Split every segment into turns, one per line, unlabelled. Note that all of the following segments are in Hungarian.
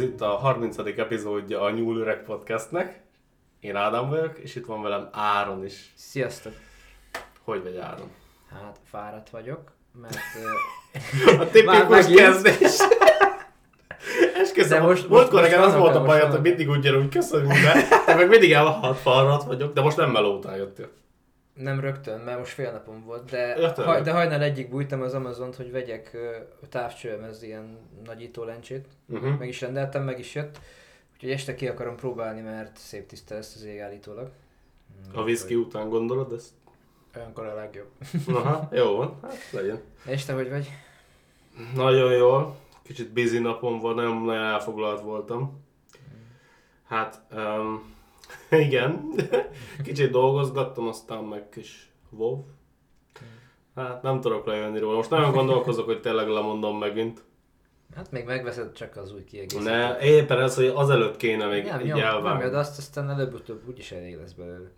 itt a 30. epizódja a Nyúl Üreg Podcastnek. Én Ádám vagyok, és itt van velem Áron is.
Sziasztok!
Hogy vagy Áron?
Hát fáradt vagyok, mert...
A tipikus
megint?
kezdés.
De
Esküszöm, most,
most- most-
múltkor
most
nekem az
vannak-
volt a
most
bajod, hogy
vannak.
mindig úgy gyerünk, köszönjük be. Te meg mindig elhat falrat vagyok, de most nem meló után jöttél.
Nem rögtön, mert most fél napom volt, de,
Rögtön.
haj, de hajnal egyik bújtam az Amazont, hogy vegyek ö, távcsőmhez ilyen nagyító lencsét.
Uh-huh.
Meg is rendeltem, meg is jött. Úgyhogy este ki akarom próbálni, mert szép tiszta lesz az ég állítólag.
A viszki után gondolod ezt?
Olyankor a legjobb.
Aha, jó van, hát legyen.
És te hogy vagy?
Nagyon jól. Kicsit busy napom van, nem nagyon elfoglalt voltam. Hát, um, igen. Kicsit dolgozgattam, aztán meg kis wow. Hát nem tudok lejönni róla. Most nagyon gondolkozok, hogy tényleg lemondom megint.
Hát még megveszed csak az új kiegészítőt.
Ne, éppen ez, hogy azelőtt kéne még
nem,
így
nyom, nyomjad
elvágni.
azt, aztán előbb-utóbb úgyis elég lesz belőle.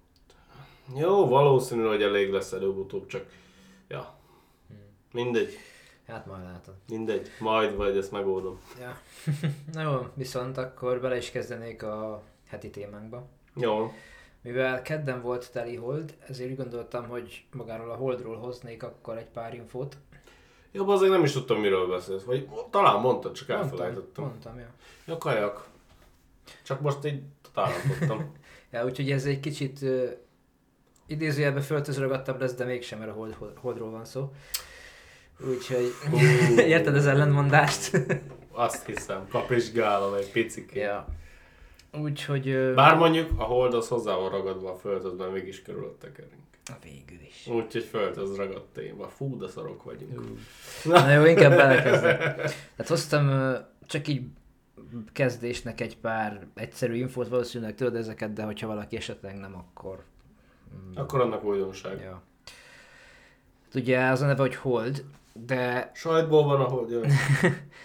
Jó, valószínű, hogy elég lesz előbb-utóbb, csak ja.
Hmm.
Mindegy,
Hát majd látod.
mindegy. Majd vagy, ezt megoldom.
Ja. Na jó, viszont akkor bele is kezdenék a heti témánkba.
Jó.
Mivel kedden volt teli hold, ezért úgy gondoltam, hogy magáról a holdról hoznék akkor egy pár infót.
Jobb azért nem is tudtam, miről beszélsz. Vagy talán mondtad, csak
Mondtam,
elfelejtettem.
mondtam ja.
Ja, kajak. Csak most így tálalkodtam.
ja. úgyhogy ez egy kicsit uh, idézőjelben föltözrögattabb lesz, de mégsem, mert a hold, hold, holdról van szó. Úgyhogy érted az ellentmondást?
Azt hiszem, kapizsgálom egy picikét.
ja. Úgyhogy... ö,
Bár mondjuk a hold az hozzá van ragadva a földhöz, mert mégis körülött tekerünk.
A végül is.
Úgyhogy földhöz ragadt téma. Fú, de szarok vagyunk.
Na jó, inkább belekezdek. Tehát hoztam ö, csak így kezdésnek egy pár egyszerű infót, valószínűleg tudod ezeket, de hogyha valaki esetleg nem, akkor... mm,
Akkor annak újdonság.
Ja. Hát Ugye az a neve, hogy Hold, de,
Sajtból van, ahogy jön.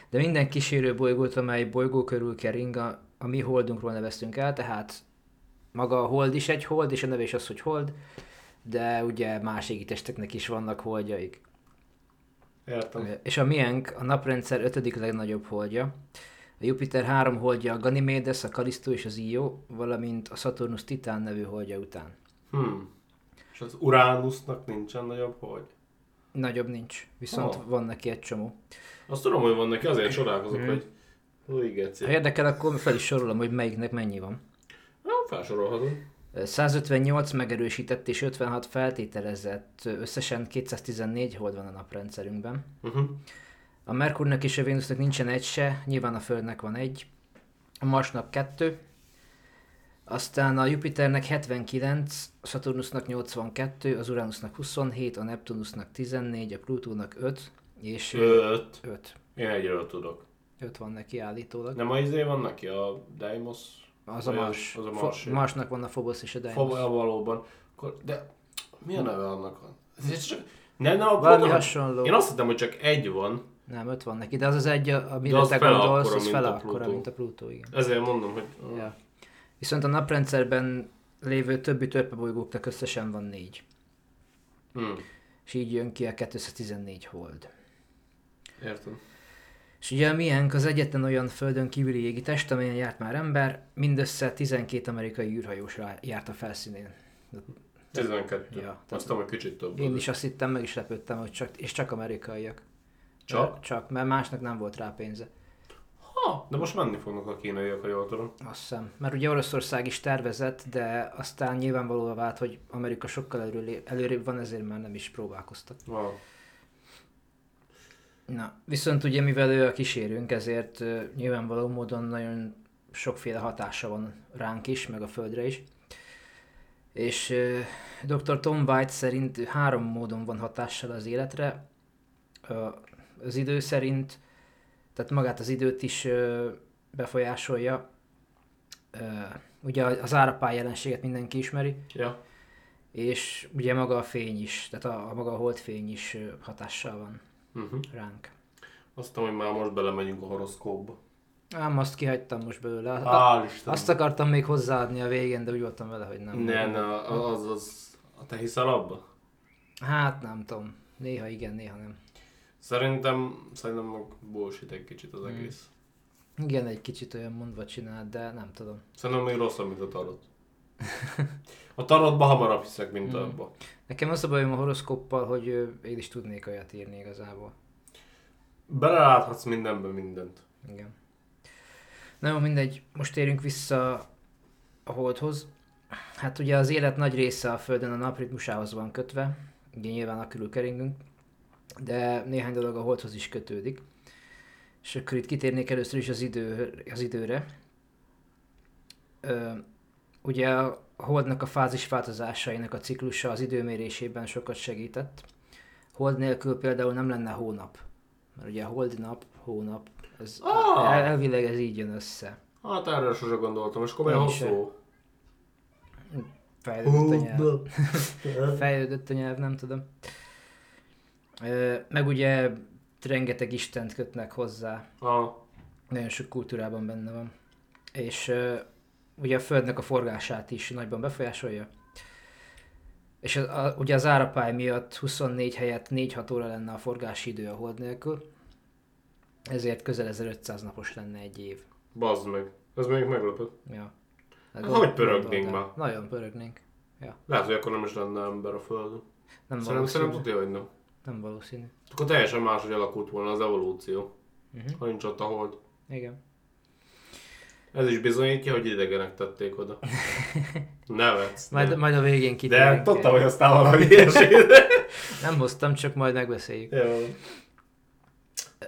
de minden kísérő bolygót, amely bolygó körül kering, a, a mi Holdunkról neveztünk el, tehát maga a Hold is egy Hold, és a neve is az, hogy Hold, de ugye más égitesteknek is vannak holdjaik.
Értem.
És a miénk a naprendszer ötödik legnagyobb holdja. A Jupiter három holdja a Ganymedes, a Kalisztó és az Io, valamint a Saturnus Titán nevű holdja után.
Hmm. És az Uránusznak nincsen nagyobb hogy?
Nagyobb nincs, viszont
Ó.
oh. van neki egy csomó.
Azt tudom, hogy van neki, azért csodálkozok, hogy Új, geci.
Ha érdekel, akkor fel is sorolom, hogy melyiknek mennyi van.
Nem felsorolhatod.
Ö, 158 megerősített és 56 feltételezett, ö, összesen 214 hold van a naprendszerünkben.
Uh-huh.
A Merkurnak és a Vénusznak nincsen egy se, nyilván a Földnek van egy, a Marsnak kettő, aztán a Jupiternek 79, a Saturnusnak 82, az Uranusnak 27, a Neptunusnak 14, a Plutónak 5, és
Öt.
5.
Én egyről tudok.
5 van neki állítólag.
Nem a izé van neki, a Deimos?
Az a
Vagy
Mars.
Az a
Fo-
Mars. Fo-
Marsnak van a Phobos és a Deimos.
valóban. Akkor, de mi a neve annak? van? Ez csak, nem, nem, a
Valami
Pluton-
hasonló.
Én azt hittem, hogy csak egy van.
Nem, 5 van neki, de az az egy, a-
De
amire
az
te
fele
gondolsz,
akkora,
az
mint
fele
a
akkora,
Plutó.
mint a Plutó, igen.
Ezért mondom, hogy...
Ja. Viszont a naprendszerben lévő többi törpebolygóknak összesen van négy.
Hmm.
És így jön ki a 214 hold.
Értem.
És ugye a miénk az egyetlen olyan földön kívüli égi test, amelyen járt már ember, mindössze 12 amerikai űrhajós rá- járt a felszínén.
12. Ja,
Ja, tehát-
azt tudom, hogy kicsit több.
Én
az.
is azt hittem, meg is lepődtem, hogy csak, és csak amerikaiak.
Csak?
Ö, Csak, mert másnak nem volt rá pénze.
Ha, de most menni fognak a kínaiak, ha jól tudom.
Azt hiszem. Mert ugye Oroszország is tervezett, de aztán nyilvánvalóvá vált, hogy Amerika sokkal előré- előrébb van, ezért már nem is próbálkoztak.
Ha.
Na, viszont ugye mivel ő a kísérünk, ezért ö, nyilvánvaló módon nagyon sokféle hatása van ránk is, meg a Földre is. És ö, dr. Tom White szerint három módon van hatással az életre. Ö, Az idő szerint, tehát magát az időt is ö, befolyásolja. Ö, Ugye az árapály jelenséget mindenki ismeri,
Ja.
és ugye maga a fény is, tehát a, a maga a holdfény is ö, hatással van
Uh-huh.
ránk.
Azt tudom, hogy már most belemegyünk a horoszkópba.
Ám azt kihagytam most belőle. Hát A,
Hál' Isten.
azt akartam még hozzáadni a végén, de úgy voltam vele, hogy nem.
Ne, ne, az, az... Te hiszel abba?
Hát nem tudom. Néha igen, néha nem. Hmm.
Szerintem, szerintem meg bullshit egy kicsit az egész.
Igen, egy kicsit olyan mondva csinált, de nem tudom.
Szerintem még rosszabb, mint a tarot. A tarotba hamarabb hiszek,
Hmm.
mint abba.
Nekem az a bajom a horoszkoppal, hogy ö, én is tudnék olyat írni igazából.
Beleláthatsz mindenbe mindent.
Igen. Na jó, mindegy, most térjünk vissza a holdhoz. Hát ugye az élet nagy része a Földön a napritmusához van kötve, ugye nyilván a körül keringünk, de néhány dolog a holdhoz is kötődik. És akkor itt kitérnék először is az, idő, az időre. Ö, ugye a holdnak a fázis változásainak a ciklusa az időmérésében sokat segített. Hold nélkül például nem lenne hónap. Mert ugye a hold nap, hónap, ez
Ah!
el, elvileg ez így jön össze.
Hát erre sose gondoltam, és komolyan
Én se.
hosszú.
Fejlődött a nyelv. Fejlődött a nyelv, nem tudom. Ö, Meg ugye rengeteg istent kötnek hozzá.
Ah,
Nagyon sok kultúrában benne van. És ö, ugye a Földnek a forgását is nagyban befolyásolja. És az, a, ugye az árapály miatt 24 helyett 4-6 óra lenne a forgási idő a hold nélkül. Ezért közel 1500 napos lenne egy év.
bazd meg. Ez még meglepett.
Ja.
Hát hogy pörögnénk
gondold el.
már?
Nagyon pörögnénk.
Lehet, hogy akkor nem is lenne ember a Földön.
Nem
Szerintem,
valószínű.
szerintem tudja, hogy nem.
Nem valószínű.
Akkor teljesen máshogy alakult volna az evolúció,
Uh-huh.
ha nincs ott a hold.
Igen.
Ez is bizonyítja, hogy idegenek tették oda. Nevetsz.
Majd,
nem.
majd a végén kitérünk.
De hát tudtam, hogy aztán valami ilyesmi.
Nem hoztam, csak majd megbeszéljük.
Jó.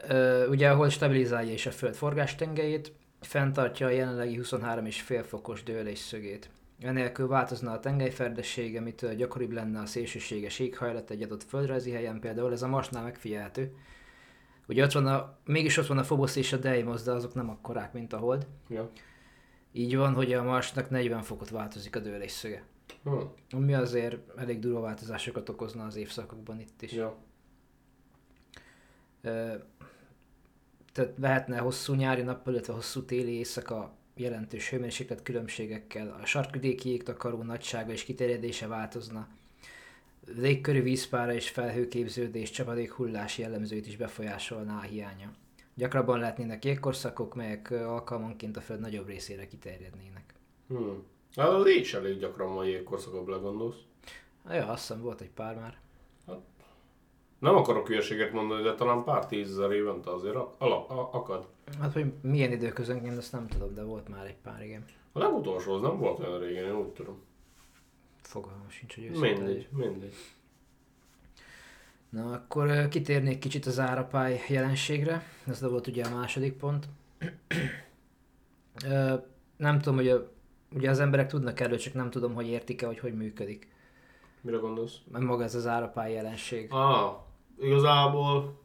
Ö, ugye, ahol stabilizálja is a föld forgástengelyét, fenntartja a jelenlegi 23,5 fokos dőlés szögét. Enélkül változna a tengelyferdessége, mitől gyakoribb lenne a szélsőséges éghajlat egy adott földrajzi helyen, például ez a Marsnál megfigyelhető. Ugye ott van a, mégis ott van a Phobos és a Deimos, de azok nem akkorák, mint a Hold.
Ja.
Így van, hogy a Marsnak 40 fokot változik a dőlés szöge.
Hm.
Ami azért elég durva változásokat okozna az évszakokban itt is.
Ja.
Ö, tehát lehetne hosszú nyári nappal, illetve hosszú téli éjszaka jelentős hőmérséklet különbségekkel. A sarkvidéki jégtakaró nagysága és kiterjedése változna. Légkörű vízpára és felhőképződés csapadék hullás jellemzőit is befolyásolná a hiánya. Gyakrabban lehetnének jégkorszakok, melyek ö, alkalmanként a föld nagyobb részére kiterjednének.
Hm. Hát az így is elég gyakran van jégkorszakabb, legondolsz.
Na Ja, azt hiszem volt egy pár már.
Nem akarok hülyeséget mondani, de talán pár tízezer évente azért a- ala, a, akad.
Hát, hogy milyen időközönként, azt nem tudom, de volt már egy pár, igen.
A legutolsó az nem volt olyan régen, én úgy tudom.
Fogalmam sincs, hogy őszinte legyek.
Mindegy, mindegy.
Na, akkor ö, kitérnék kicsit az árapály jelenségre. Ez volt ugye a második pont. Ö, nem tudom, hogy a, ugye az emberek tudnak erről, csak nem tudom, hogy értik-e, hogy hogy működik.
Mire gondolsz?
Mert maga ez az árapály jelenség.
Ah, igazából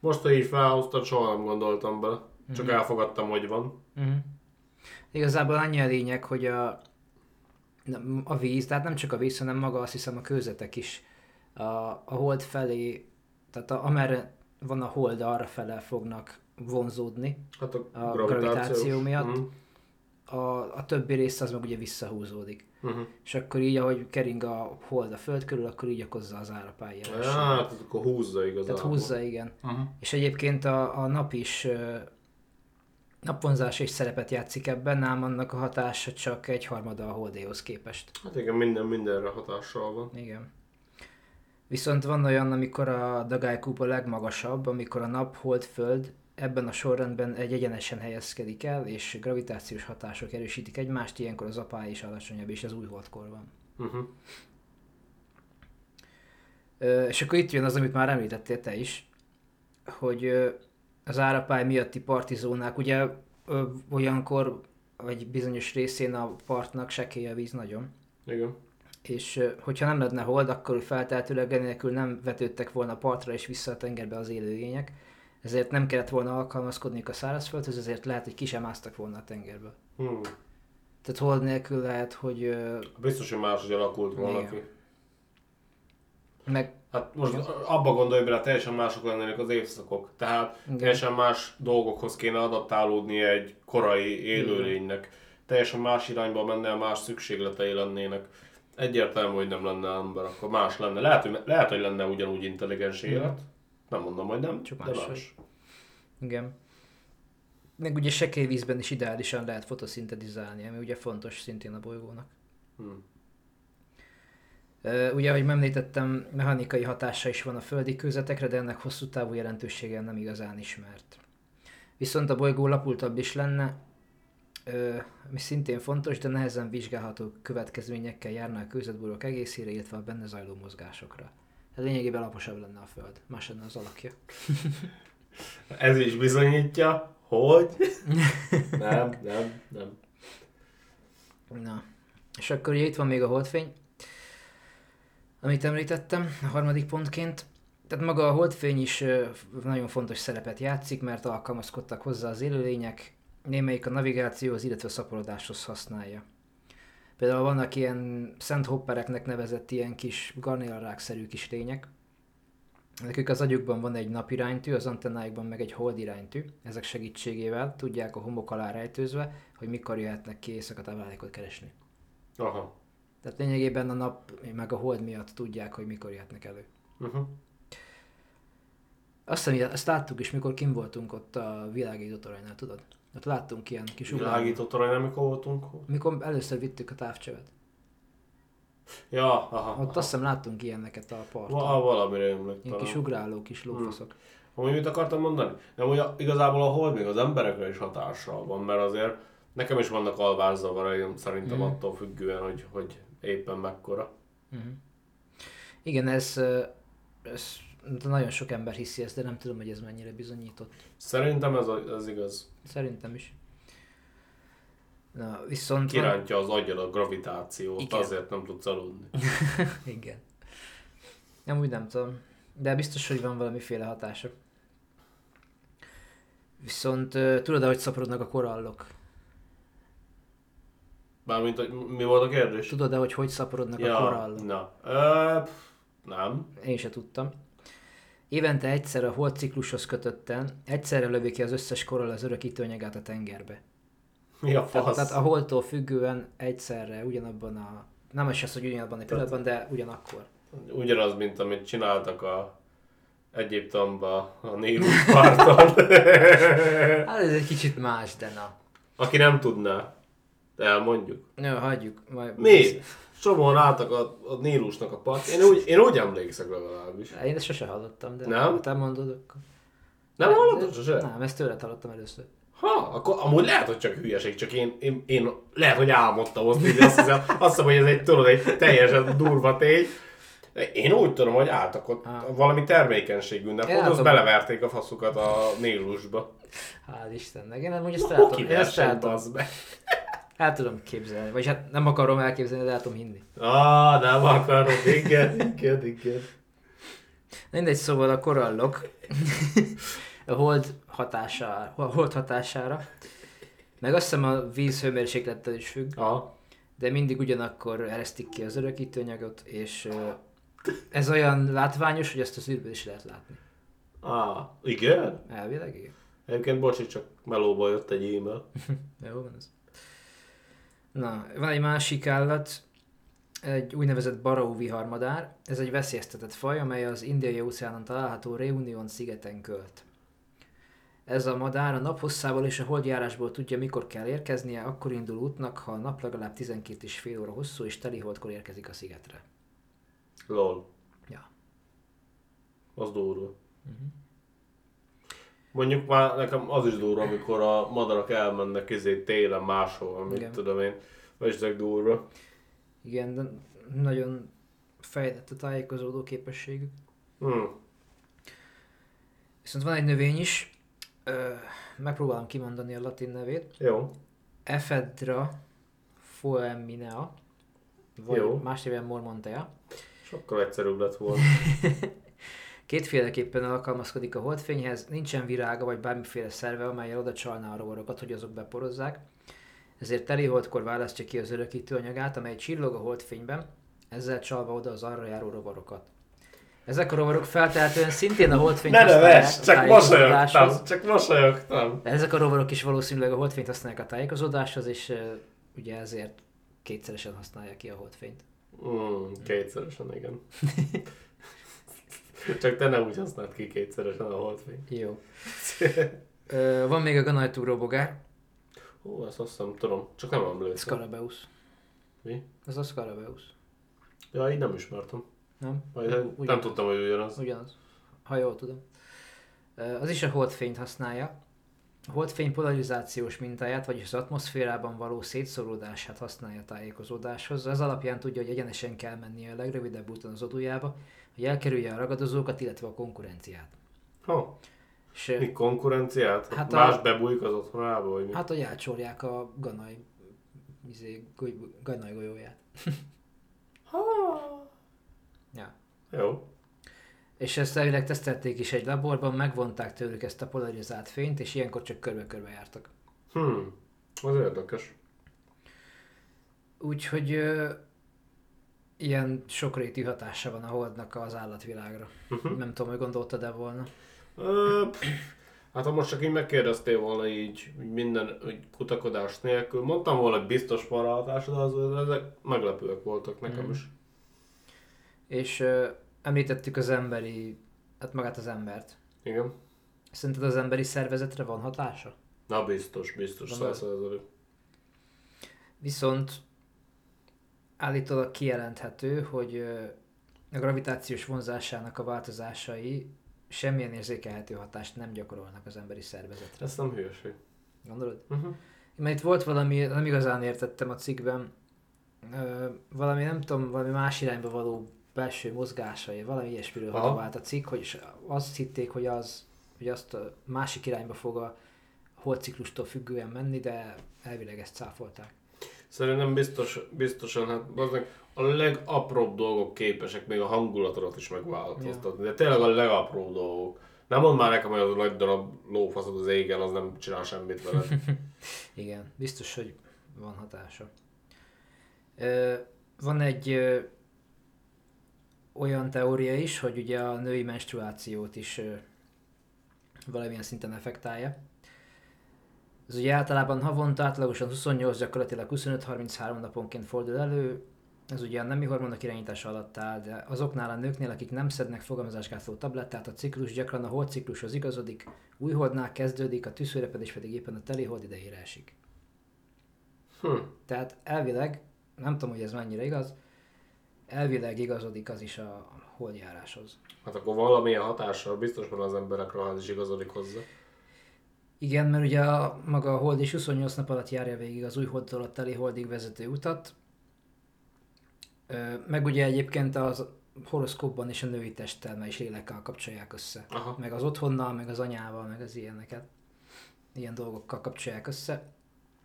most, hogy így felhoztad, soha nem gondoltam bele. Csak
Mhm.
elfogadtam, hogy van.
Uh-huh. Igazából annyi a lényeg, hogy a, nem- a víz, tehát nem csak a víz, hanem maga azt hiszem a kőzetek is a, a hold felé, tehát a, amerre van a hold, arra fele fognak vonzódni.
Hát a,
A gravitáció
gravitáció Mhm.
miatt. a, a többi része az meg ugye visszahúzódik.
Uh-huh.
És akkor így, ahogy kering a hold a föld körül, akkor így okozza az árapály jelenséget.
Hát, akkor húzza igazából.
Tehát húzza, Mhm. igen.
Uh-huh.
És egyébként a, a nap is, ö, napvonzás is szerepet játszik ebben, ám annak a hatása csak egy harmada a holdéhoz képest.
Hát igen, minden mindenre hatással van.
Igen. Viszont van olyan, amikor a dagály kúp a legmagasabb, amikor a nap, hold, föld ebben a sorrendben egy egyenesen helyezkedik el, és gravitációs hatások erősítik egymást, ilyenkor az apály is alacsonyabb, és az új holdkor van.
Uh-huh.
Ö, és akkor itt jön az, amit már említettél te is, hogy ö, az árapály miatti partizónák, ugye ö, olyankor egy bizonyos részén a partnak sekély a víz nagyon,
Igen.
és ö, hogyha nem lenne hold, akkor feltehetőleg enélkül nem vetődtek volna partra és vissza a tengerbe az élőlények, ezért nem kellett volna alkalmazkodniuk a szárazföldhöz, ezért lehet, hogy ki sem másztak volna a tengerből.
Hmm.
Tehát hold nélkül lehet, hogy ö,
Biztos, hogy máshogy alakult volna
Igen.
ki.
meg
Hát most abba gondolj bele, teljesen mások lennének az évszakok. Tehát
Igen.
teljesen más dolgokhoz kéne adaptálódni egy korai élőlénynek. Teljesen más irányba menne, más szükségletei lennének. Egyértelmű, hogy nem lenne ember, akkor más lenne. Lehet, hogy, lehet, hogy lenne ugyanúgy intelligens élet. Nem mondom, hogy nem,
Csak
de
máshogy.
más.
Igen. meg ugye sekély vízben is ideálisan lehet fotoszintetizálni, ami ugye fontos szintén a bolygónak.
Hmm.
Ö, Ugye, ahogy már említettem, mechanikai hatása is van a földi kőzetekre, de ennek hosszú távú jelentősége nem igazán ismert. Viszont a bolygó lapultabb is lenne, ö, ami szintén fontos, de nehezen vizsgálható következményekkel járna a kőzetborok egészére, illetve a benne zajló mozgásokra. Tehát lényegében laposabb lenne a Föld, más lenne az alakja.
Ez is bizonyítja, hogy... nem, nem, nem.
Na, és akkor ugye itt van még a holdfény, amit említettem a harmadik pontként. Tehát maga a holdfény is ö, nagyon fontos szerepet játszik, mert alkalmazkodtak hozzá az élőlények, némelyik a navigációhoz, illetve a szaporodáshoz használja. Például vannak ilyen szent hoppereknek nevezett ilyen kis garnélrákszerű kis lények. Nekük az agyukban van egy napiránytű, az antennájukban meg egy holdiránytű. Ezek segítségével tudják a homok alá rejtőzve, hogy mikor jöhetnek ki éjszaka táplálékot keresni.
Aha.
Tehát lényegében a nap meg a hold miatt tudják, hogy mikor jöhetnek elő.
Uh-huh.
Azt hiszem, azt láttuk is, mikor kim voltunk ott a világító toronynál, tudod? Ott láttunk ilyen kis ugrányt.
Világított arra, amikor voltunk.
Mikor először vittük a távcsövet.
Ja, aha.
Ott azt hiszem láttunk ilyeneket a parton.
Va- valamire emlék
Ilyen kis
talán.
ugráló kis lófaszok.
Amúgy mit akartam mondani? Nem, hogy a- igazából a hold még az emberekre is hatással van, mert azért nekem is vannak alvászavaraim szerintem attól függően, hogy, hogy éppen mekkora.
Mhm. Igen, ez, ö, ez nagyon sok ember hiszi ezt, de nem tudom, hogy ez mennyire bizonyított.
Szerintem ez, a- ez igaz.
Szerintem is. Na, viszont... van-
Kirántja az agyad a gravitációt,
Igen.
azért nem tudsz aludni.
Igen. Nem úgy nem tudom. De biztos, hogy van valamiféle hatása. Viszont ö, tudod, ahogy szaporodnak a korallok?
Mármint, hogy mi volt a kérdés?
Tudod, ahogy hogy szaporodnak a korallok?
na. Ö, pff, nem.
Én se tudtam. Évente egyszer a holdciklushoz kötötten, egyszerre lövi ki az összes korall az örökítő anyagát a tengerbe.
Mi a
Tehát,
fasz?
tehát a holdtól függően egyszerre, ugyanabban a... Nem is az, hogy ugyanabban a pillanatban, de ugyanakkor.
Ugyanaz, mint amit csináltak a Egyiptomban, a Nílus parton.
Hát ez egy kicsit más, de na.
Aki nem tudná, elmondjuk.
Jó, hagyjuk. Majd
Mi? Csomóan álltak a, a Nílusnak a part. Én úgy, én úgy emlékszek legalábbis.
Én ezt sose hallottam, de
Nem?
ha te mondod, akkor...
Nem hallottad sose?
Nem, ezt tőled hallottam először.
Ha, akkor amúgy lehet, hogy csak hülyeség, csak én, én, én lehet, hogy álmodtam azt, így azt hiszem, azt hiszem, hogy ez egy, tudod, egy teljesen durva tény. Én úgy tudom, hogy álltak ott
Ah.
valami termékenység ünnep,
Én
ott azt
látom.
beleverték a faszukat a Nílusba.
Hál' Istennek, én amúgy ezt
Na,
el
hoki
tudom, én ezt el
verseny,
tudom,
bazd meg.
el tudom képzelni, vagy hát nem akarom elképzelni, de el tudom hinni.
Á, nem akarod, igen, igen, igen.
Mindegy, szóval a korallok a hold hatására, a hold hatására, meg azt hiszem a víz hőmérséklettel is függ,
Aha.
de mindig ugyanakkor eresztik ki az örökítőanyagot, és ö, ez olyan látványos, hogy ezt az űrből is lehet látni.
Á, igen?
Elvileg, igen.
Egyébként bocsi, csak melóba jött egy e-mail.
Hm. Jó van ez. Na, van egy másik állat, egy úgynevezett baraú viharmadár. Ez egy veszélyeztetett faj, amely az indiai óceánon található Reunion szigeten költ. Ez a madár a naphosszával és a holdjárásból tudja, mikor kell érkeznie, akkor indul útnak, ha a nap legalább 12 és fél óra hosszú és teli holdkor érkezik a szigetre.
Lol.
Ja. Mhm.
Az durva. Mondjuk már nekem az is durva, amikor a madarak elmennek izé télen máshol, mit
Igen.
tudom én. Vagyis ezek durva.
Igen, de nagyon fejlett a tájékozódó képességük.
Hm.
Viszont van egy növény is, ö, megpróbálom kimondani a latin nevét,
Jó.
Ephedra foeminea, vagy
Jó.
Jó. más néven mormontea.
Sokkal egyszerűbb lett volna.
Kétféleképpen alkalmazkodik a holdfényhez, nincsen virága vagy bármiféle szerve, amelyel oda csalná a rovarokat, hogy azok beporozzák. Ezért teli holdkor választja ki az örökítő anyagát, amely csillog a holdfényben, ezzel csalva oda az arra járó rovarokat. Ezek a rovarok feltehetően szintén a holdfényt
Ne neves,
használják a
csak
tájékozódáshoz.
mosolyogtam, csak mosolyogtam.
De ezek a rovarok is valószínűleg a holdfényt használják a tájékozódáshoz, és ö, ugye ezért kétszeresen használják ki a holdfényt.
Mm, kétszeresen, igen. Csak te nem úgy használt ki kétszeresen a holdfény.
Jó. Ö, Van még a nagy túróbogár,
Hú, ezt azt hiszem tudom, csak nem emlékszem.
Scarabeus.
Mi?
Ez a Scarabeus,
Ja, így nem ismertem.
nem?
Vagy nem, nem
Ugyanaz.
tudtam, hogy ugyanaz.
Ugyanaz, ha jól tudom. Ö, Az is a holdfényt használja. A holdfény polarizációs mintáját, vagyis az atmoszférában való szétszóródását használja a tájékozódáshoz. Ez alapján tudja, hogy egyenesen kell mennie a legrövidebb úton az odujába, hogy elkerülje a ragadozókat, illetve a konkurenciát.
Ha,
És ö,
mi konkurenciát?
Hát
Hát
a-
Más bebújik az otthonába, vagy mi?
hát, hogy elcsorják a ganaj, izé, goly- ganaj golyóját. Ja.
Jó.
És ezt elvileg tesztelték is egy laborban, megvonták tőlük ezt a polarizált fényt, és ilyenkor csak körbe-körbe jártak.
Hm, az érdekes.
Úgyhogy ö, ilyen sokrétű hatása van a holdnak az állatvilágra.
Uh-huh.
Nem tudom, hogy gondoltad-e volna.
Ö, pff, hát ha most csak így megkérdeztél volna így így minden úgy kutakodás nélkül, mondtam volna, hogy biztos van ráhatás, de az, ezek meglepőek voltak nekem is.
És ö, említettük az emberi, hát magát az embert.
Igen.
Szerinted az emberi szervezetre van hatása?
Na biztos, biztos,
Gondolod?
százszerzalék.
Viszont állítólag kijelenthető, hogy ö, a gravitációs vonzásának a változásai semmilyen érzékelhető hatást nem gyakorolnak az emberi szervezetre.
Ez nem hülyeség.
Gondolod?
Uh-huh.
Mert itt volt valami, nem igazán értettem a cikkben, ö, valami nem tudom, valami más irányba való belső mozgásai, valami ilyesmiről
Aha.
hatalált a cikk, hogy és azt hitték, hogy az, hogy azt a másik irányba fog a holciklustól függően menni, de elvileg ezt cáfolták.
Szerintem biztos, biztosan, hát aznak a legapróbb dolgok képesek még a hangulatodat is megváltoztatni, de tényleg a legapróbb dolgok. Nem mondd már nekem, hogy az a nagy darab lófaszod az égen, az nem csinál semmit veled.
Igen, biztos, hogy van hatása. Ö, van egy ö, olyan teória is, hogy ugye a női menstruációt is ö, valamilyen szinten effektálja. Ez ugye általában havonta átlagosan 28, gyakorlatilag 25-33 naponként fordul elő. Ez ugye a nemi hormonok irányítása alatt áll, de azoknál a nőknél, akik nem szednek fogamzásgátló tablettát, a ciklus gyakran a holciklushoz igazodik, újholdnál kezdődik, a tűzfőrepedés pedig éppen a teli hold idejére esik.
Hm.
Tehát elvileg, nem tudom, hogy ez mennyire igaz, elvileg igazodik az is a holdjáráshoz.
Hát akkor valamilyen hatással biztos van az emberekre, ha ez is igazodik hozzá.
Igen, mert ugye a, maga a hold is 28 nap alatt járja végig az új holdtól a teli holdig vezető utat. Ö, meg ugye egyébként az horoszkópban is a női testtel, és lélekkel kapcsolják össze.
Aha.
meg az otthonnal, meg az anyával, meg az ilyeneket, ilyen dolgokkal kapcsolják össze.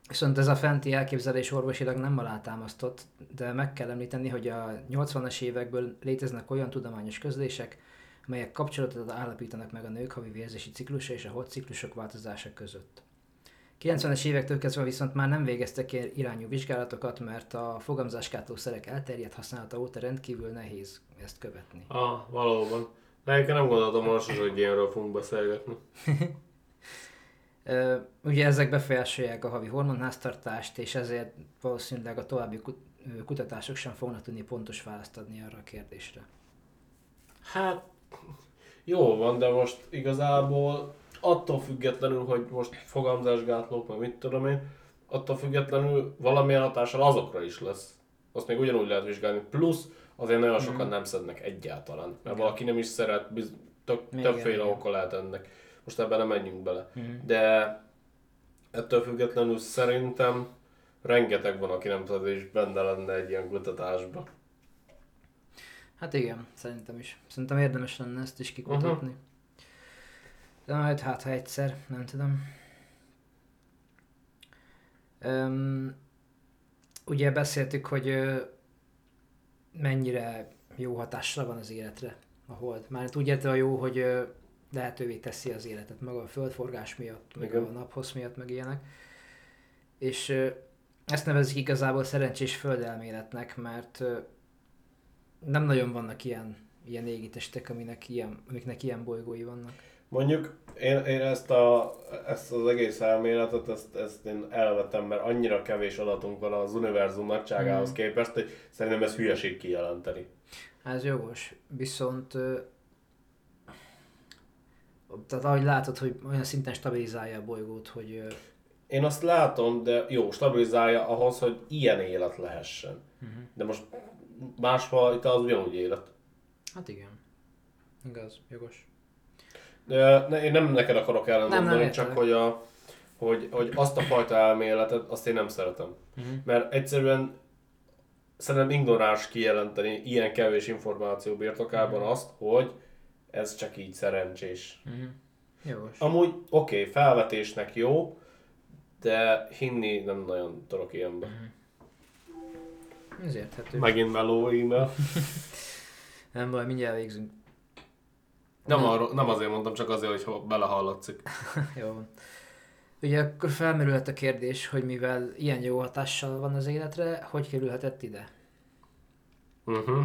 Viszont ez a fenti elképzelés orvosilag nem alátámasztott, de meg kell említeni, hogy a 80-as évekből léteznek olyan tudományos közlések, melyek kapcsolatot állapítanak meg a nők havi vérzési ciklusa és a hot ciklusok változása között. 90-es évektől kezdve viszont már nem végeztek ilyen irányú vizsgálatokat, mert a fogamzáskátlószerek elterjedt használata óta rendkívül nehéz ezt követni.
Ah, valóban. De egyébként nem gondoltam most, is, hogy ilyenről fogunk beszélgetni.
Ö, Ugye ezek befolyásolják a havi hormonháztartást, és ezért valószínűleg a további kut- ö, kutatások sem fognak tudni pontos választ adni arra a kérdésre.
Hát, jó van, de most igazából attól függetlenül, hogy most fogamzásgátlók, meg mit tudom én, attól függetlenül valamilyen hatással azokra is lesz. Azt még ugyanúgy lehet vizsgálni. Plusz azért nagyon
Mhm.
sokan nem szednek egyáltalán, mert valaki nem is szeret, biz- tök,
Igen,
többféle
igen. Mhm.
oka lehet ennek. Most ebben nem menjünk bele. De ettől függetlenül szerintem rengeteg van, aki nem tud, és benne lenne egy ilyen kutatásban.
Hát igen, szerintem is. Szerintem érdemes lenne ezt is kikutatni. Uh-huh. De majd hát, ha egyszer, nem tudom. Um, ugye beszéltük, hogy ö, mennyire jó hatással van az életre a hold. Már úgy érte a jó, hogy ö, lehetővé teszi az életet maga a földforgás miatt, meg
Igen.
a naphoz miatt, meg ilyenek. És ö, ezt nevezik igazából szerencsés földelméletnek, mert ö, nem nagyon vannak ilyen, ilyen égitestek, aminek ilyen, amiknek ilyen bolygói vannak.
Mondjuk én, én ezt, a, ezt az egész elméletet, ezt, ezt én elvetem, mert annyira kevés adatunk van az univerzum nagyságához mm. képest, hogy szerintem ez hülyeség kijelenteni.
Hát Ez jogos, viszont ö, Tehát ahogy látod, hogy olyan szinten stabilizálja a bolygót, hogy ö,
Én azt látom, de jó, stabilizálja ahhoz, hogy ilyen élet lehessen. Uh-huh. De most máshol itt az ugyanúgy élet.
hát igen. Igaz, jogos.
De ne, én nem neked akarok
Nem, nem
elmondani,
értelek.
csak hogy, a, hogy, hogy azt a fajta elméletet, azt én nem szeretem. Uh-huh. Mert egyszerűen szerintem ignoráns kijelenteni ilyen kevés információ birtokában uh-huh. azt, hogy ez csak így szerencsés.
Jogos.
Amúgy oké, okay, felvetésnek jó, de hinni nem nagyon tudok ilyenbe.
Ez érthető.
Megint meló e-mail.
Nem baj, mindjárt végzünk.
Nem, arról, nem azért mondtam, csak azért, hogy ho- belehallatszik.
Jó van. Ugye akkor felmerülhet a kérdés, hogy mivel ilyen jó hatással van az életre, hogy kerülhetett ide?
Uh-huh.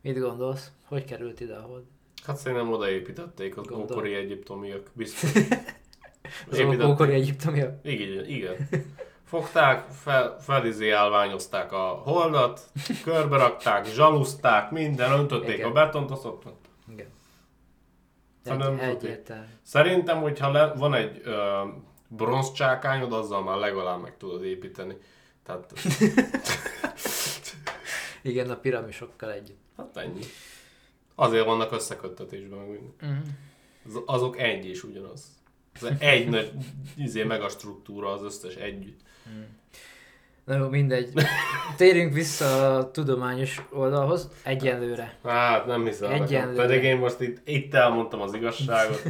Mit gondolsz? Hogy került ide a hold?
Hát szerintem odaépítették az
Gondolom.
ókori egyiptomiak, biztos.
Az ókori egyiptomiak?
Igen, igen. Fogták, fel, felizé állványozták a holdat, körbe rakták, zsaluzták, minden, öntötték
Igen.
a betont, azt ott
Igen.
Szerintem
Egy,
tudni.
egyértelmű.
Szerintem, hogyha le, van egy ö, bronzcsákányod, azzal már legalább meg tudod építeni. Tehát,
Igen, a piramisokkal együtt.
hát ennyi. Azért vannak összeköttetésben meg minden.
Uh-huh.
Az, azok egy is ugyanaz. Ez egy nagy izé, megastruktúra az összes együtt.
Na jó, mindegy. Térjünk vissza a tudományos oldalhoz. Egyenlőre.
Hát nem hiszem. nekem.
Egyenlőre.
Pedig én most itt, itt elmondtam az igazságot.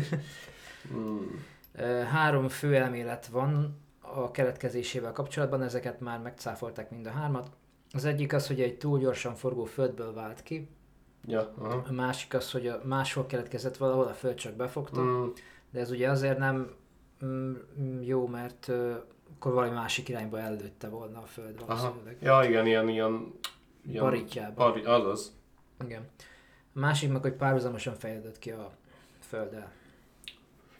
Hmm.
Ö, Három fő elmélet van a keletkezésével kapcsolatban, ezeket már megcáfolták mind a hármat. Az egyik az, hogy egy túl gyorsan forgó földből vált ki,
Ja, aha.
a másik az, hogy a máshol keletkezett valahol, a föld csak befogta,
Mm,
de ez ugye azért nem mm, jó, mert ö, akkor valami másik irányba ellőtte volna a föld
aha.
valószínűleg.
Ja, igen, ilyen, ilyen... ilyen
Barítjába.
Pari, azaz.
Igen. A másik meg, hogy párhuzamosan fejlődött ki a földdel.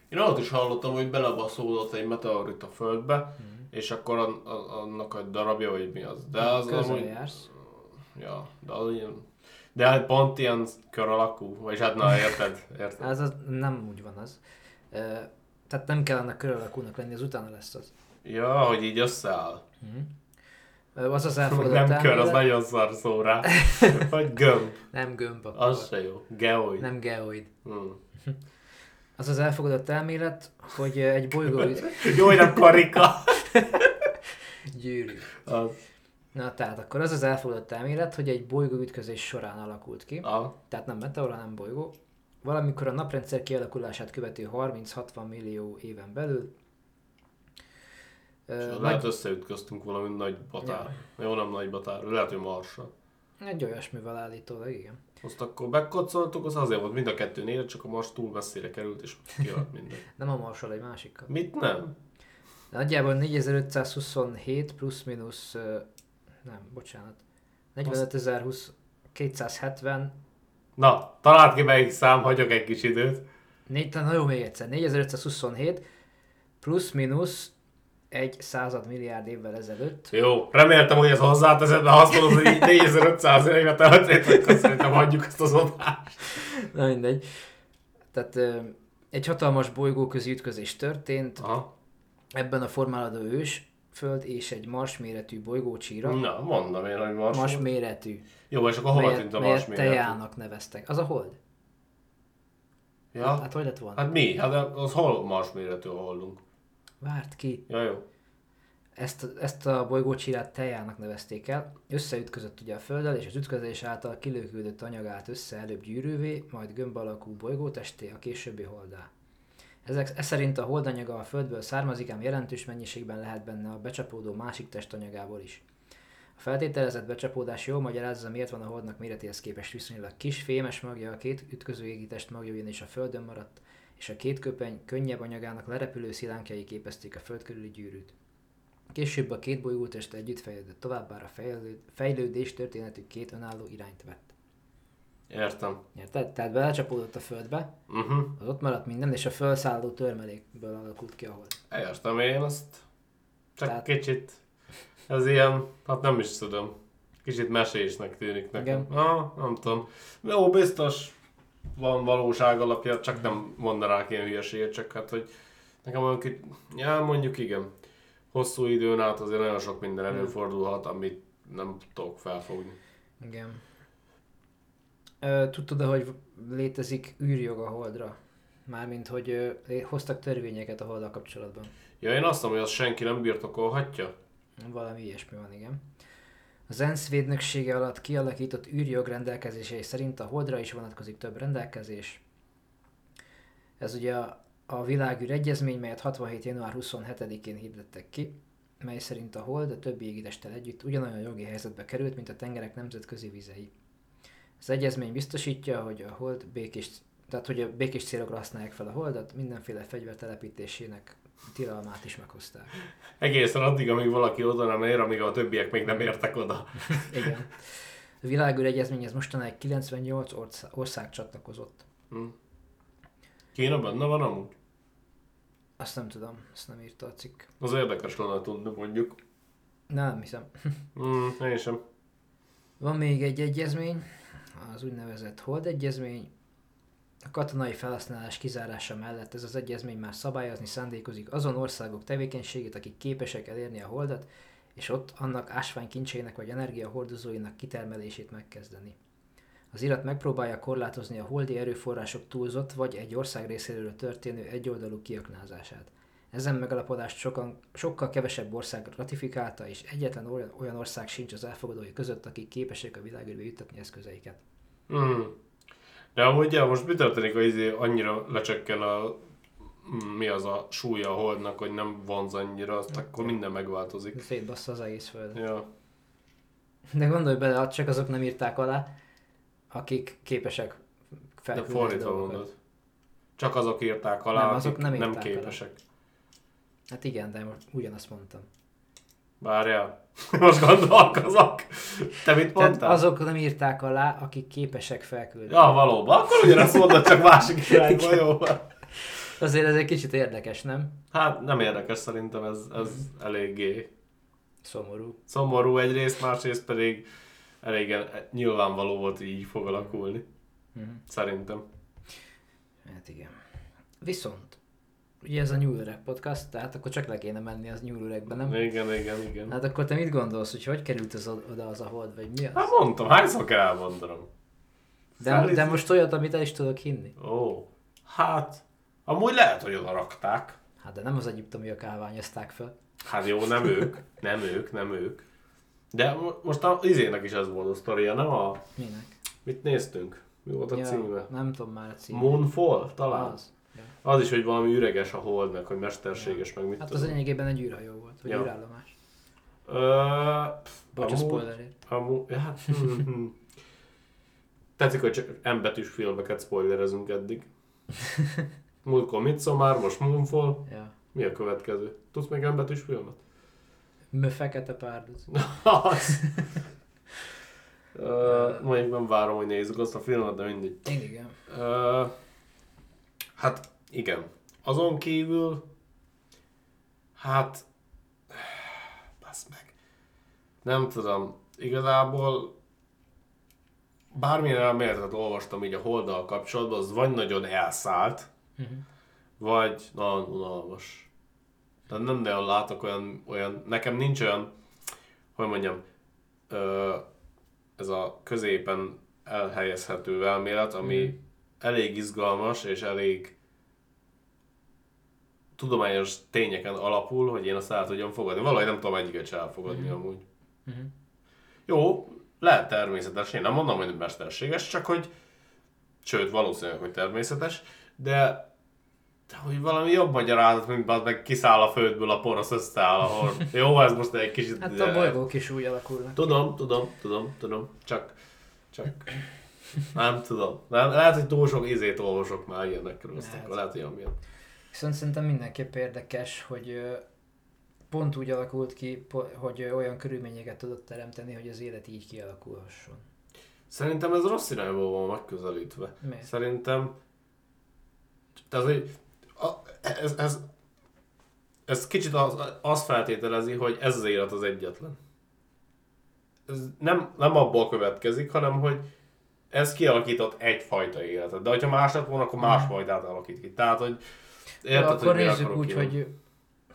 Én azt is hallottam, hogy belebaszódott egy meteorit a földbe, mm.
Hmm.
és akkor an, an, annak a darabja, vagy mi az. De az
Közel
amúgy...
jársz.
Ja, de az ilyen... De hát pont ilyen kör alakú, vagy hát na érted, érted.
Ez Hát az, nem úgy van az. Ö, Tehát nem kell annak körülakúnak lenni, az utána lesz az.
Ja, hogy így összeáll.
Ö, Az az elfogadott
Nem kör, az
elmélet-
nagyon szar szó rá. Vagy gömb,
Nem gömb akkor.
az se jó. Geoid.
Nem geoid.
Hmm.
Az az elfogadott elmélet, hogy ö, egy bolygó
Jó, hogy nem karika.
gyűrű.
Az.
Na tehát akkor az az elfogadott elmélet, hogy egy bolygó ütközés során alakult ki,
A.
tehát nem meteor, hanem bolygó, valamikor a naprendszer kialakulását követő 30-60 millió éven belül.
És
Ö,
Lehet összeütköztünk valami nagy batár. Jó, nem nagy batár. Lehet, hogy marsra.
Egy olyasmivel állítólag, igen.
Azt akkor bekapcsoltuk, az azért volt mind a kettő négy, csak a mars túl messzire került, és kialadt minden.
Nem a marsal, egy másikkal.
Mit nem?
Nagyjából 4527 plusz-minusz, ö, nem, bocsánat, 45020, 270,
Na, találd ki melyik szám, hagyok egy kis időt.
négy, na jó, még egyszer, 4527 plusz-minusz egy század milliárd évvel ezelőtt.
Jó, reméltem, hogy ez hozzáteszed, de ha azt mondod, hogy így 4500 évet eltelt, akkor szerintem hagyjuk ezt az adást.
Na mindegy. Tehát ö, egy hatalmas bolygóközi ütközés történt,
Aha.
ebben a formálódó ős, föld és egy mars méretű bolygócsíra.
Na, mondom én, hogy mars.
Mars
mars...
méretű.
Jó, és akkor hova tűnt a mars
melyet
méret?
Tejának neveztek. Az a hold?
Ja?
Hát hogy lett volna?
Hát mi? Hát az hol mars méretű, hol holdunk?
Várt ki.
Ja, jó.
Ezt, ezt a bolygócsirát tejának nevezték el. Összeütközött ugye a Földdel, és az ütközés által kilőküldött anyag állt össze előbb gyűrűvé, majd gömb alakú bolygótesté a későbbi holdá. Ezek, ez szerint a holdanyaga a Földből származik, ám jelentős mennyiségben lehet benne a becsapódó másik testanyagából is. A feltételezett becsapódás jól magyarázza, miért van a holdnak méretéhez képest viszonylag kis fémes magja, a két ütköző égitest magja ugyanis a Földön maradt, és a két köpeny könnyebb anyagának lerepülő szilánkjai képezték a Föld körüli gyűrűt. Később a két bolygótest együtt fejlődött tovább, bár a fejlő- fejlődés történetük két önálló irányt vett.
Értem.
Érted? Tehát belecsapódott a földbe,
Uh-huh.
az ott maradt minden, és a felszálló törmelékből alakult ki a hold.
Értem én azt. Csak
Tehát-
Tehát... kicsit. Ez ilyen, hát nem is tudom. Kicsit mesésnek tűnik nekem.
Igen.
Ah, nem tudom. Jó, biztos. van valóság alapja, csak nem mondanák ilyen hülyeséget, csak hát, hogy nekem olyan kicsit, ja, mondjuk igen, hosszú időn át azért nagyon sok minden
Hmm.
előfordulhat, amit nem tudok felfogni.
Igen. Ö, Tudtad-e, hogy létezik űrjog a holdra? Mármint, hogy ö, lé- hoztak törvényeket a holddal kapcsolatban.
Ja, én azt mondom, hogy azt senki nem birtokolhatja.
Valami ilyesmi van, igen. Az ENSZ védnöksége alatt kialakított űrjog rendelkezései szerint a Holdra is vonatkozik több rendelkezés. Ez ugye a, a világűr egyezmény, melyet 67. január 27-én hirdettek ki, mely szerint a Hold a többi égitesttel együtt ugyanolyan jogi helyzetbe került, mint a tengerek nemzetközi vizei. Az egyezmény biztosítja, hogy a Hold békés, tehát hogy a békés célokra használják fel a Holdat, mindenféle fegyver telepítésének tilalmát is meghozták.
Egészen addig, amíg valaki oda nem ér, amíg a többiek még nem értek oda.
Igen. A világűr egyezményhez mostanáig 98 ország, ország csatlakozott.
Hm. Kína benne van amúgy?
Azt nem tudom, azt nem írta a cikk.
Az érdekes lenne tudni mondjuk.
Nem hiszem.
Mm, én sem.
Van még egy egyezmény, az úgynevezett Hold Egyezmény. A katonai felhasználás kizárása mellett ez az egyezmény már szabályozni szándékozik azon országok tevékenységét, akik képesek elérni a Holdat, és ott annak ásványkincsének vagy energiahordozóinak kitermelését megkezdeni. Az irat megpróbálja korlátozni a holdi erőforrások túlzott vagy egy ország részéről történő egyoldalú kiaknázását. Ezen megalapodást sokan, sokkal kevesebb ország ratifikálta, és egyetlen olyan- olyan ország sincs az elfogadói között, akik képesek a világűrbe juttatni eszközeiket.
Mm. De amúgy ja, most mi történik, hogy izé annyira lecsökken a mm, mi az a súlya a holdnak, hogy nem vonz annyira, azt akkor minden megváltozik.
Szétbassza az egész föld.
Ja.
De gondolj bele, csak azok nem írták alá, akik képesek
De
felküldeni
fordítva
dolgokat.
mondod. Csak azok írták alá,
Nem, azok
akik
nem
nem,
írták alá.
képesek.
Hát igen, de most ugyanazt mondtam.
Várjál, most gondolkozok. Te mit
Tehát
mondtál?
azok nem írták alá, akik képesek felküldeni.
Ja, valóban. Akkor ugyanazt mondod, csak másik irányba, jó?
Azért ez egy kicsit érdekes, nem?
Hát nem érdekes szerintem, ez, ez
Mhm.
eléggé
Szomorú.
szomorú egyrészt, másrészt pedig elégen nyilvánvaló volt, hogy így fog alakulni.
Mhm.
Szerintem.
Hát igen. Viszont, ugye ez a New Öreg podcast, tehát akkor csak le kéne menni az New Öregbe, nem?
Igen, igen, igen.
Hát akkor te mit gondolsz, hogy hogy került az o- oda az a hold, vagy mi az?
Hát mondtam, hányszor kell elmondanom?
De,
felizzi-
de most olyat, amit el is tudok hinni.
Ó, hát amúgy lehet, hogy oda rakták.
Hát de nem az egyiptomiak állványozták fel.
Hát jó, nem ők, nem ők, nem ők. De mo- most a izének is ez volt a sztoria, nem a...
Minek?
Mit néztünk? Mi volt a címe?
nem tudom már a címe.
Moonfall talán? Az.
Az. Ja.
az is, hogy valami üreges a holdnak, hogy mesterséges, meg mit
Hát az
tudom.
lényegében egy űrhajó volt, vagy
Ja.
űrállomás.
Ö, pff,
Bocs, a
amúgy-
spoilerért.
Amú, hát, hm, hm. Tetszik, hogy csak embetűs filmeket spoilerezünk eddig. Múltkor Midsommar, most Moonfall.
Ja.
Mi a következő? Tudsz még embetűs filmet?
Mö fekete párduc.
Az. Ö, Mondjuk nem várom, hogy nézzük azt a filmet, de mindegy.
Én igen.
Ö, hát igen. Azon kívül, hát, basz meg. Nem tudom, igazából bármilyen elméletet olvastam így a holdal kapcsolatban, az vagy nagyon elszállt,
Mhm.
vagy nagyon unalmas. Tehát nem nagyon látok olyan, olyan, nekem nincs olyan, hogy mondjam, ö, ez a középen elhelyezhető elmélet, ami elég izgalmas és elég tudományos tényeken alapul, hogy én azt el tudjam fogadni. Valahogy nem tudom egyiket se elfogadni amúgy.
Mhm.
Jó, lehet természetes, én nem mondom, hogy mesterséges, csak hogy, sőt, valószínűleg, hogy természetes, de, de hogy valami jobb magyarázat, mint az meg kiszáll a földből a porosz összeáll, ahol jó, ez most egy kicsit...
Hát a bolygók is úgy alakulnak.
Tudom, tudom, tudom, tudom, csak, csak nem tudom. Nem, lehet, hogy túl sok izét olvasok már ilyenekről, azt
Lehet.
akkor lehet, hogy amilyen.
Viszont szerintem mindenképp érdekes, hogy ö, pont úgy alakult ki, po- hogy ö, olyan körülményeket tudott teremteni, hogy az élet így kialakulhasson.
Szerintem ez rossz irányból van megközelítve.
Miért?
Szerintem tehát, hogy a, ez, ez, ez kicsit az, azt feltételezi, hogy ez az élet az egyetlen. Ez nem, nem abból következik, hanem hogy ez kialakított egyfajta életet. De ha más lett volna, akkor másfajtát alakít ki. Tehát, hogy
Érted, Mm. akkor
mire
nézzük
akarok Hmm.
úgy,
kijönni.
hogy,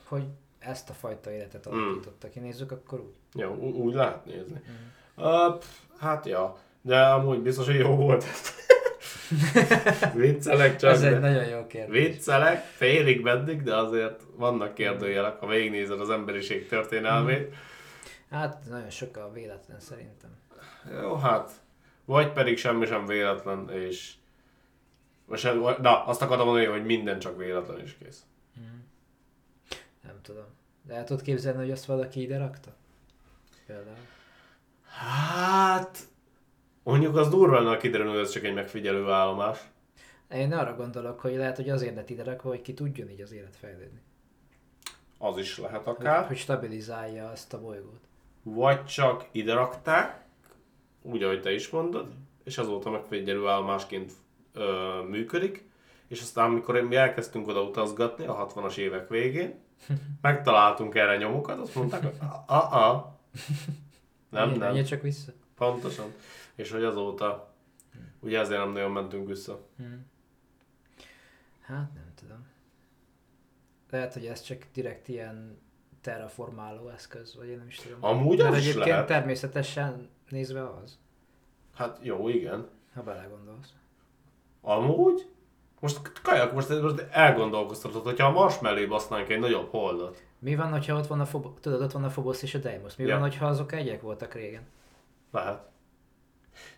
hogy ezt a fajta életet alakította ki. Nézzük akkor úgy.
Ja, ú- úgy lehet nézni.
Mm.
Uh, pff, hát ja, de amúgy biztos, hogy jó volt ez. Viccelek csak.
Ez
de-
egy nagyon jó kérdés.
Viccelek, félig meddig, de azért vannak kérdőjelek, ha végignézed az emberiség történelmét.
Hát nagyon sok a véletlen szerintem.
Jó, hát, vagy pedig semmi sem véletlen, és... vagy sem- vagy- Na, azt akartam mondani, hogy minden csak véletlen is kész.
Nem tudom. De el tudod képzelni, hogy azt valaki ide rakta? Például.
Hát... Mondjuk az durva lenne, ha kiderülne, hogy ez csak egy megfigyelő állomás.
Én arra gondolok, hogy lehet, hogy azért lett ide rakva, hogy ki tudjon így az élet fejlődni.
Az is lehet
Hogy,
akár.
hogy stabilizálja azt a bolygót.
Vagy csak ide rakták, úgy, ahogy te is mondod, és azóta megfigyelő állomásként ö, működik, és aztán, amikor mi elkezdtünk oda utazgatni a 60-as évek végén, megtaláltunk erre nyomokat, azt mondták, hogy a nem,
Menjen-
nem,
menjen csak vissza.
pontosan. És hogy azóta, ugye ezért nem nagyon mentünk vissza.
Hát nem tudom. Lehet, hogy ez csak direkt ilyen terraformáló eszköz, vagy én nem is tudom.
Amúgy
Mert
az is
egyébként
lehet.
természetesen nézve az,
Hát jó, igen.
ha belegondolsz.
Amúgy? Most kajak, most, most elgondolkoztatod, hogyha a Mars mellé basznánk egy nagyobb holdat.
Mi van, hogyha ott van a Phobos, tudod, ott van a Phobos és a Deimos? Mi
Ja.
van, hogyha azok egyek voltak régen?
Lehet.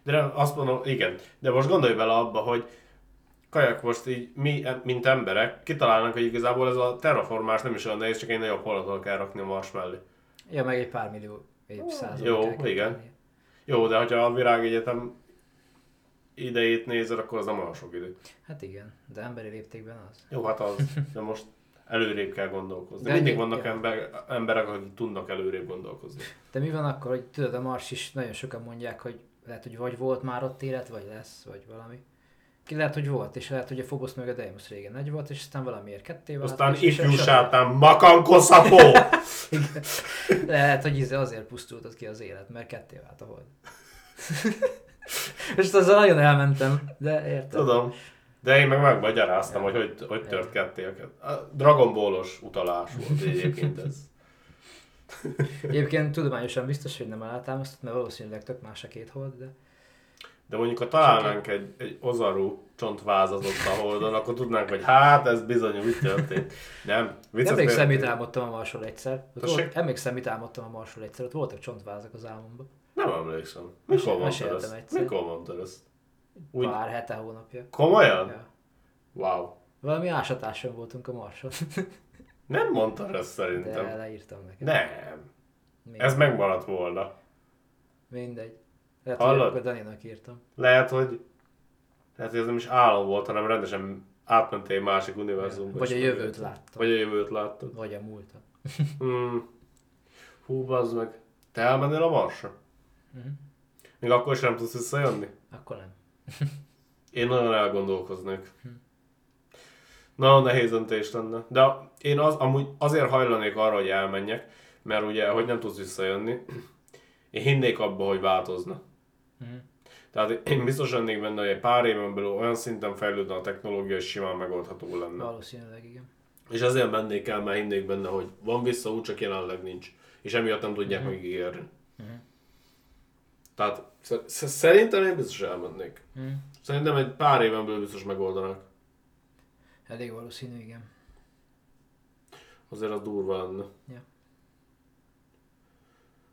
De nem, azt mondom, igen. De most gondolj bele abba, hogy kajak most így mi, em- mint emberek, kitalálnak, hogy igazából ez a terraformás nem is olyan nehéz, csak egy nagyobb holdatól kell rakni a Mars mellé.
Ja, meg egy pár millió évszázad.
Jó, igen. Jó, de ha a világegyetem idejét nézed, akkor az nem olyan sok idő.
Hát igen, de emberi léptékben az.
Jó, hát az, de most előrébb kell gondolkozni.
De
De Mindig
egyéb-
vannak
ja.
ember, emberek, akik tudnak előrébb gondolkozni.
De mi van akkor, hogy tudod, a Mars is nagyon sokan mondják, hogy lehet, hogy vagy volt már ott élet, vagy lesz, vagy valami. Ki lehet, hogy volt, és lehet, hogy a Phobos meg a Deimos régen egy volt, és aztán valamiért ketté vált.
Aztán
és- és-
ifjú
és-
sátán, makankó szapó!
Lehet, hogy izé azért pusztultott ki az élet, mert ketté vált a hold. és azzal nagyon elmentem, de érted.
Tudom. De én meg megmagyaráztam, hogy hogy, hogy tört ketté a kettő. A Dragon Ball-os utalás volt egyébként ez.
Egyébként tudományosan biztos, hogy nem alátámasztott, mert valószínűleg tök más a két hold, de
De mondjuk, ha találnánk egy, egy ozaru csontvázatot a holdon, akkor tudnánk, hogy hát ez bizony úgy történt. Nem,
Vicces
vicces
emlékszem, mit
miért-
álmodtam a Marsról egyszer. Ott
Tessék?
volt, emlékszem, mit álmodtam a Marsról egyszer. Ott voltak csontvázak az álmomban.
Nem emlékszem. Mikor mondtad
meséltem
ezt?
egyszer.
Mikor mondtad ezt? Úgy-
Úgy... Pár hete, hónapja.
Komolyan?
Ja.
Wow.
Valami ásatáson voltunk a Marson.
Nem mondtad ezt
De
szerintem.
leírtam neked.
Nem.
Mindegy.
Ez megmaradt volna.
Mindegy. Lehet,
Hallod?
hogy akkor Daninak írtam.
Lehet, hogy... Lehet, hogy ez nem is álom volt, hanem rendesen átmentél egy másik univerzumba.
Vagy a
és
jövőt láttam. Vagy,
Vagy a jövőt láttad.
vagy a múltat.
Mm. Hú, bazd meg. Te elmennél a Marsra? Még akkor sem tudsz visszajönni?
Akkor nem.
Én nagyon elgondolkoznék. Nagyon nehéz döntés lenne. De én az, amúgy azért hajlanék arra, hogy elmenjek, mert ugye, hogy nem tudsz visszajönni, én hinnék abba, hogy változna. Tehát én biztos lennék benne, hogy egy pár éven belül olyan szinten fejlődne a technológia, hogy simán megoldható lenne.
Valószínűleg igen.
És ezért mennék el, mert hinnék benne, hogy van vissza, úgy csak jelenleg nincs. És emiatt nem tudják uh-huh. megígérni. Tehát szer- szer- szerintem én biztos elmennék.
Mhm.
Szerintem egy pár éven belül biztos megoldanak.
Elég valószínű, igen.
Azért az durva lenne.
Ja.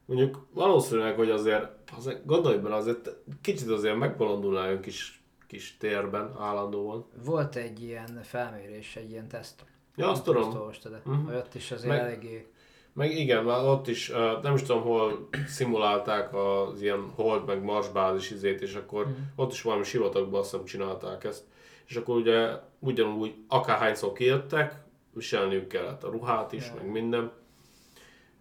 Mondjuk valószínűleg, hogy azért, azért gondolj bele, azért kicsit azért megbolondulnál egy kis, kis térben állandóan.
Volt egy ilyen felmérés, egy ilyen teszt.
Ja, azt
Nem tudom,
tudom. Mhm.
Azt olvastad de uh-huh. ott is azért
Meg-
eléggé...
Meg igen, már ott is, ö, nem is tudom, hol szimulálták az ilyen hold meg mars bázis izét, és akkor ott is valami sivatagban azt hiszem csinálták ezt. És akkor ugye ugyanúgy akárhányszor kijöttek, viselniük kellett a ruhát is, meg minden.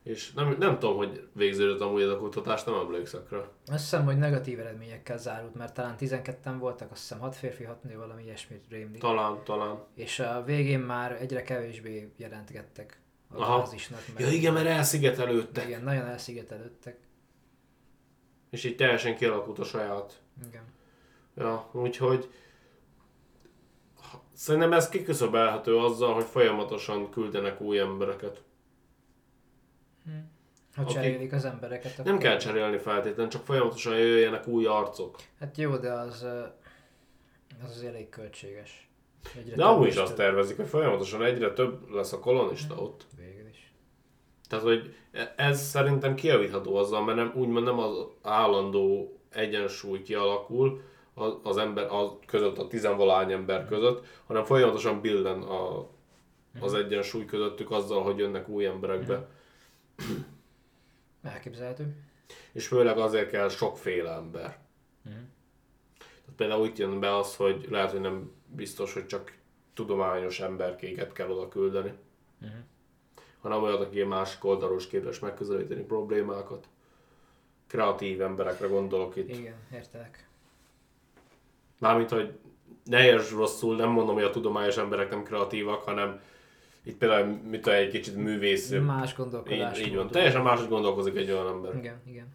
És nem, nem tudom, hogy végződött amúgy ez a kutatás, nem emlékszek rá.
Azt hiszem, hogy negatív eredményekkel zárult, mert talán 12-en voltak, azt hiszem 6 férfi, 6 nő, valami ilyesmit rémlik.
Talán, talán.
És a végén már egyre kevésbé jelentgettek a
Aha.
bázisnak.
Ja igen, mert elszigetelődtek.
igen, nagyon elszigetelődtek.
És így teljesen kialakult a saját
Igen.
Ja, úgyhogy szerintem ez kiküszöbelhető azzal, hogy folyamatosan küldenek új embereket.
Ha
Akik-
cserélik az embereket. Akkor...
Nem kell cserélni feltétlenül, csak folyamatosan jöjjenek új arcok.
Hát jó, de az, ö, az az elég költséges. Egyre
De
több
amúgy is
több.
azt tervezik, hogy folyamatosan egyre több lesz a kolonista ott.
Végül is.
Tehát, hogy e- ez szerintem kijavítható azzal, mert nem, úgymond nem az állandó egyensúly kialakul az, az ember az között, a tizenvalány ember között, hanem folyamatosan billen a, az egyensúly közöttük azzal, hogy jönnek új emberekbe.
Elképzelhető.
És főleg azért kell sokféle ember. Tehát például itt jön be az, hogy lehet, hogy nem biztos, hogy csak tudományos emberkéket kell oda küldeni, hanem olyat, aki más oldalról is képes megközelíteni problémákat. Kreatív emberekre gondolok itt.
Igen, értelek.
Mármint, hogy ne értsd rosszul, nem mondom, hogy a tudományos emberek nem kreatívak, hanem itt például mit tudom, egy kicsit művész.
Más
Így,
gondolkodás.
így van. Teljesen máshogy gondolkozik egy olyan ember.
Igen, igen.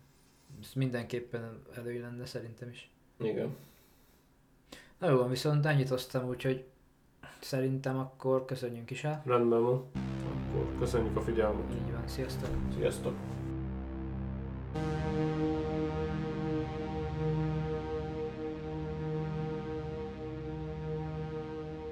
Ez mindenképpen elő lenne szerintem is.
Igen.
Na jó, van, viszont ennyit hoztam, úgyhogy szerintem akkor köszönjünk is el.
Rendben van. Akkor köszönjük a figyelmet.
Így van, sziasztok!
Sziasztok!